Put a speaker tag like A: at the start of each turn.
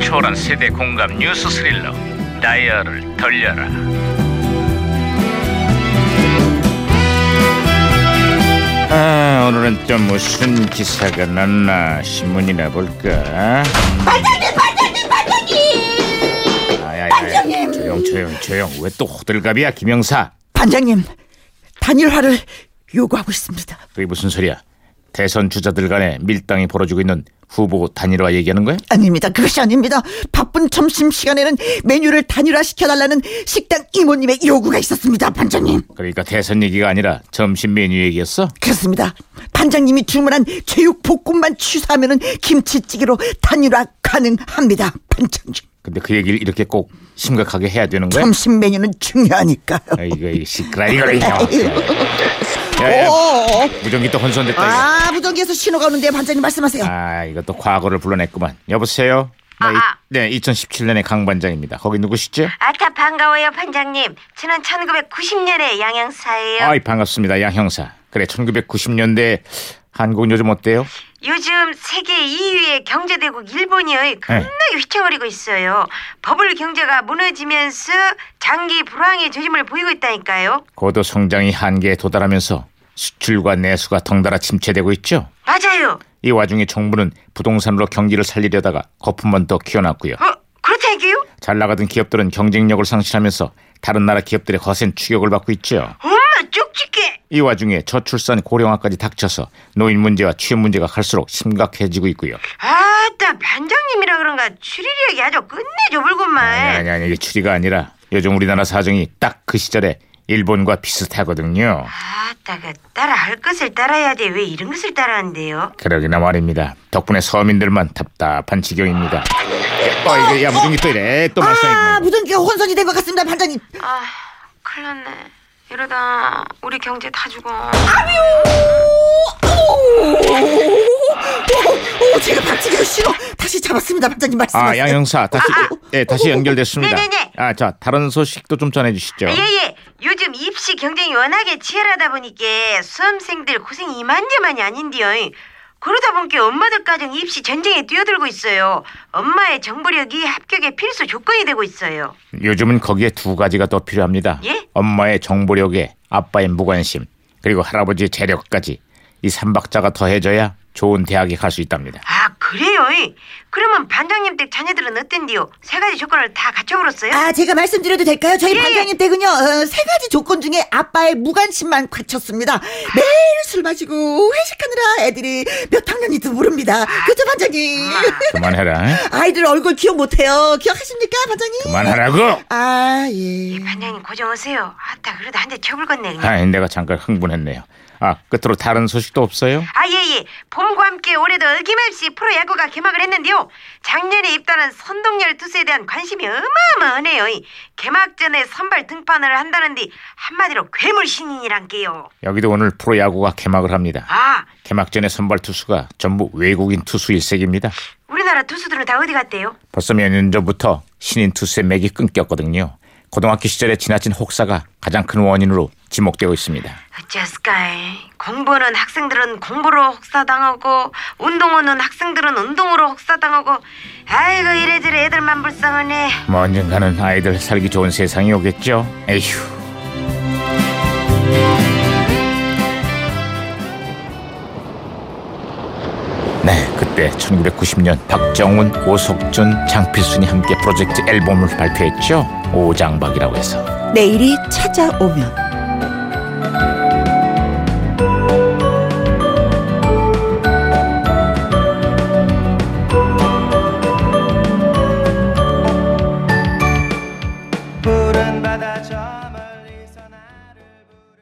A: 초월한 세대 공감 뉴스 스릴러 다이얼을 돌려라 아 오늘은 또 무슨 기사가 났나 신문이나 볼까
B: 반장님 반장님 반장님
A: 아야야야 조용 조용 조용 왜 또 호들갑이야 김영사
B: 반장님 단일화를 요구하고 있습니다
A: 그게 무슨 소리야 대선 주자들 간에 밀당이 벌어지고 있는 후보 단일화 얘기하는 거야?
B: 아닙니다 그것이 아닙니다 바쁜 점심시간에는 메뉴를 단일화시켜달라는 식당 이모님의 요구가 있었습니다 반장님
A: 그러니까 대선 얘기가 아니라 점심 메뉴 얘기였어?
B: 그렇습니다 반장님이 주문한 제육볶음만 취소하면 김치찌개로 단일화 가능합니다 반장님
A: 근데 그 얘기를 이렇게 꼭 심각하게 해야 되는 거야?
B: 점심 메뉴는 중요하니까요
A: 네? 아이고 예, 이 시끄러 이거 이거. 야, 야,
B: 오,
A: 무전기 또 혼선됐다. 이거.
B: 어, 아 무전기에서 신호가 오는데 반장님 말씀하세요
A: 아 이것도 과거를 불러냈구만. 여보세요. 나 이,
C: 아.
A: 네 2017년의 강 반장입니다. 거기 누구시죠?
C: 아차 반가워요 반장님. 저는 1990년에 양양사예요.
A: 아이 반갑습니다, 양 형사. 그래 1990년대 한국은 요즘 어때요?
C: 요즘 세계 2위의 경제대국
A: 네.
C: 일본이 겁나게 휘청거리고 있어요. 버블 경제가 무너지면서 장기 불황의 조짐을 보이고 있다니까요.
A: 고도 성장이 한계에 도달하면서 수출과 내수가 덩달아 침체되고 있죠.
C: 맞아요.
A: 이 와중에 정부는 부동산으로 경기를 살리려다가 거품만 더 키워놨고요.
C: 어 그렇다니까요?
A: 잘 나가던 기업들은 경쟁력을 상실하면서 다른 나라 기업들의 거센 추격을 받고 있죠.
C: 엄마 쪽집게.
A: 이 와중에 저출산 고령화까지 닥쳐서 노인 문제와 취업 문제가 갈수록 심각해지고 있고요.
C: 아따 반장님이라 그런가 추리력이 아주 끝내줘
A: 아니
C: 불구만.
A: 아니 아니 이게 추리가 아니라 요즘 우리나라 사정이 딱 그 시절에 일본과 비슷하거든요.
C: 아따 그 따라 할 것을 따라야지 왜 이런 것을 따라한대요?
A: 그러기나 말입니다. 덕분에 서민들만 답답한 지경입니다. 어 이게 야 무슨 게또 이래 또
B: 아
A: 말썽이.
B: 무전기가 혼선이 된 것 같습니다 반장님
C: 아, 큰일 났네. 이러다 우리 경제 다 죽어.
B: 오, 오, 제가 박치기로 신호 다시 잡았습니다. 반장님
A: 아
B: 말씀하세요.
A: 양형사 다시
C: 아,
A: 예 다시 연결됐습니다.
C: 네네네.
A: 아 자 다른 소식도 좀 전해주시죠.
C: 예예. 요즘 입시 경쟁이 워낙에 치열하다 보니까 수험생들 고생이 이만저만이 아닌데요. 그러다 보니까 엄마들 가정 입시 전쟁에 뛰어들고 있어요. 엄마의 정보력이 합격의 필수 조건이 되고 있어요.
A: 요즘은 거기에 두 가지가 더 필요합니다.
C: 예?
A: 엄마의 정보력에 아빠의 무관심 그리고 할아버지의 재력까지 이 삼박자가 더해져야 좋은 대학에 갈 수 있답니다.
C: 아 그래요? 그러면 반장님 댁 자녀들은 어땠디요? 세 가지 조건을 다 갖춰버렸어요?
B: 아, 제가 말씀드려도 될까요? 저희
C: 예.
B: 반장님 댁은요, 어, 세 가지 조건 중에 아빠의 무관심만 갖췄습니다. 매일 술 마시고 회식하느라 애들이 몇 학년인지도 모릅니다. 그죠, 반장님?
A: 그만해라.
B: 아이들 얼굴 기억 못해요. 기억하십니까, 반장님?
A: 그만하라고.
B: 아, 예.
C: 반장님 고정하세요. 아따 그러다 한 대 쳐불겠네 그냥.
A: 아, 내가 잠깐 흥분했네요. 아, 끝으로 다른 소식도 없어요?
C: 아, 예, 예. 봄과 함께 올해도 어김없이 프로야구가 개막을 했는데요. 작년에 입단한 선동열 투수에 대한 관심이 어마어마하네요. 개막전에 선발 등판을 한다는데 한마디로 괴물 신인이란게요.
A: 여기도 오늘 프로야구가 개막을 합니다.
C: 아,
A: 개막전에 선발 투수가 전부 외국인 투수 일색입니다.
C: 우리나라 투수들은 다 어디 갔대요?
A: 벌써 몇 년 전부터 신인 투수의 맥이 끊겼거든요. 고등학교 시절에 지나친 혹사가 가장 큰 원인으로 지목되고 있습니다.
C: 어째스까 공부는 학생들은 공부로 혹사당하고 운동은 학생들은 운동으로 혹사당하고 아이고 이래저래 애들만 불쌍하네.
A: 뭐 언젠가는 아이들 살기 좋은 세상이 오겠죠. 에휴. 네, 그때 1990년 박정훈, 오석준, 장필순이 함께 프로젝트 앨범을 발표했죠. 오장박이라고 해서.
B: 내일이 찾아오면.